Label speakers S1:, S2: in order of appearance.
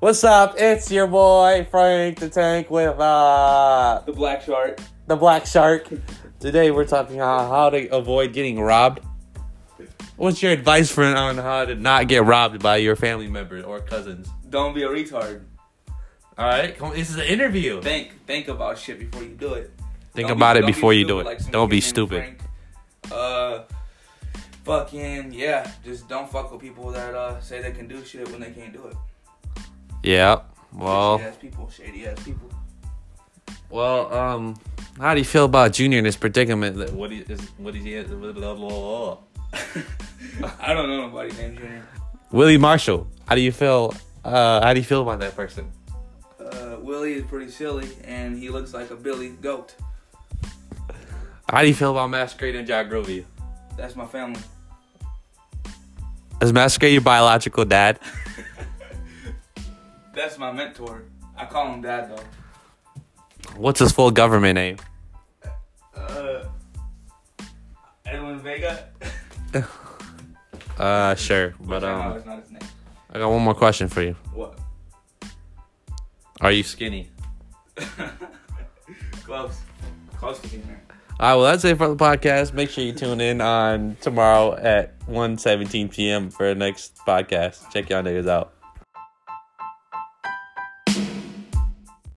S1: What's up? It's your boy Frank the Tank with uh
S2: The black shark.
S1: the Black Shark. Today we're talking on how to avoid getting robbed. What's your advice for on how to not get robbed by your family members or cousins?
S2: Don't be a retard.
S1: All right, come, this is an interview.
S2: Think think about shit before you do it.
S1: Think
S2: Don't be-
S1: about it
S2: don't be
S1: before you do
S2: stupid
S1: it.
S2: like some
S1: don't be
S2: kid named
S1: stupid.
S2: Frank. Uh, fucking yeah. Just don't fuck with people that uh say they can do shit when they can't do it.
S1: Yeah. Well,
S2: shady ass people, shady ass people.
S1: well, um, how do you feel about Junior in this predicament? That- What is what is he? Blah, blah, blah, blah.
S2: I don't know nobody named Junior.
S1: Willie Marshall. How do you feel? Uh, how do you feel about that person?
S2: Uh, Willie is pretty silly and he looks like a Billy goat.
S1: How do you feel about Masquerade and Jack Groovy?
S2: That's my family.
S1: Is Masquerade your biological dad?
S2: That's my mentor. I call him dad though.
S1: What's his full government name?
S2: Uh, Edwin Vega.
S1: Uh, sure.
S2: But
S1: But
S2: no,
S1: um,
S2: that's not his name.
S1: I got one more question for you.
S2: What?
S1: Are you skinny?
S2: Close. Close to being there.
S1: All right, well, that's it for the podcast. Make sure you tune in on tomorrow at 1.17 p.m. for the next podcast. Check y'all niggas out.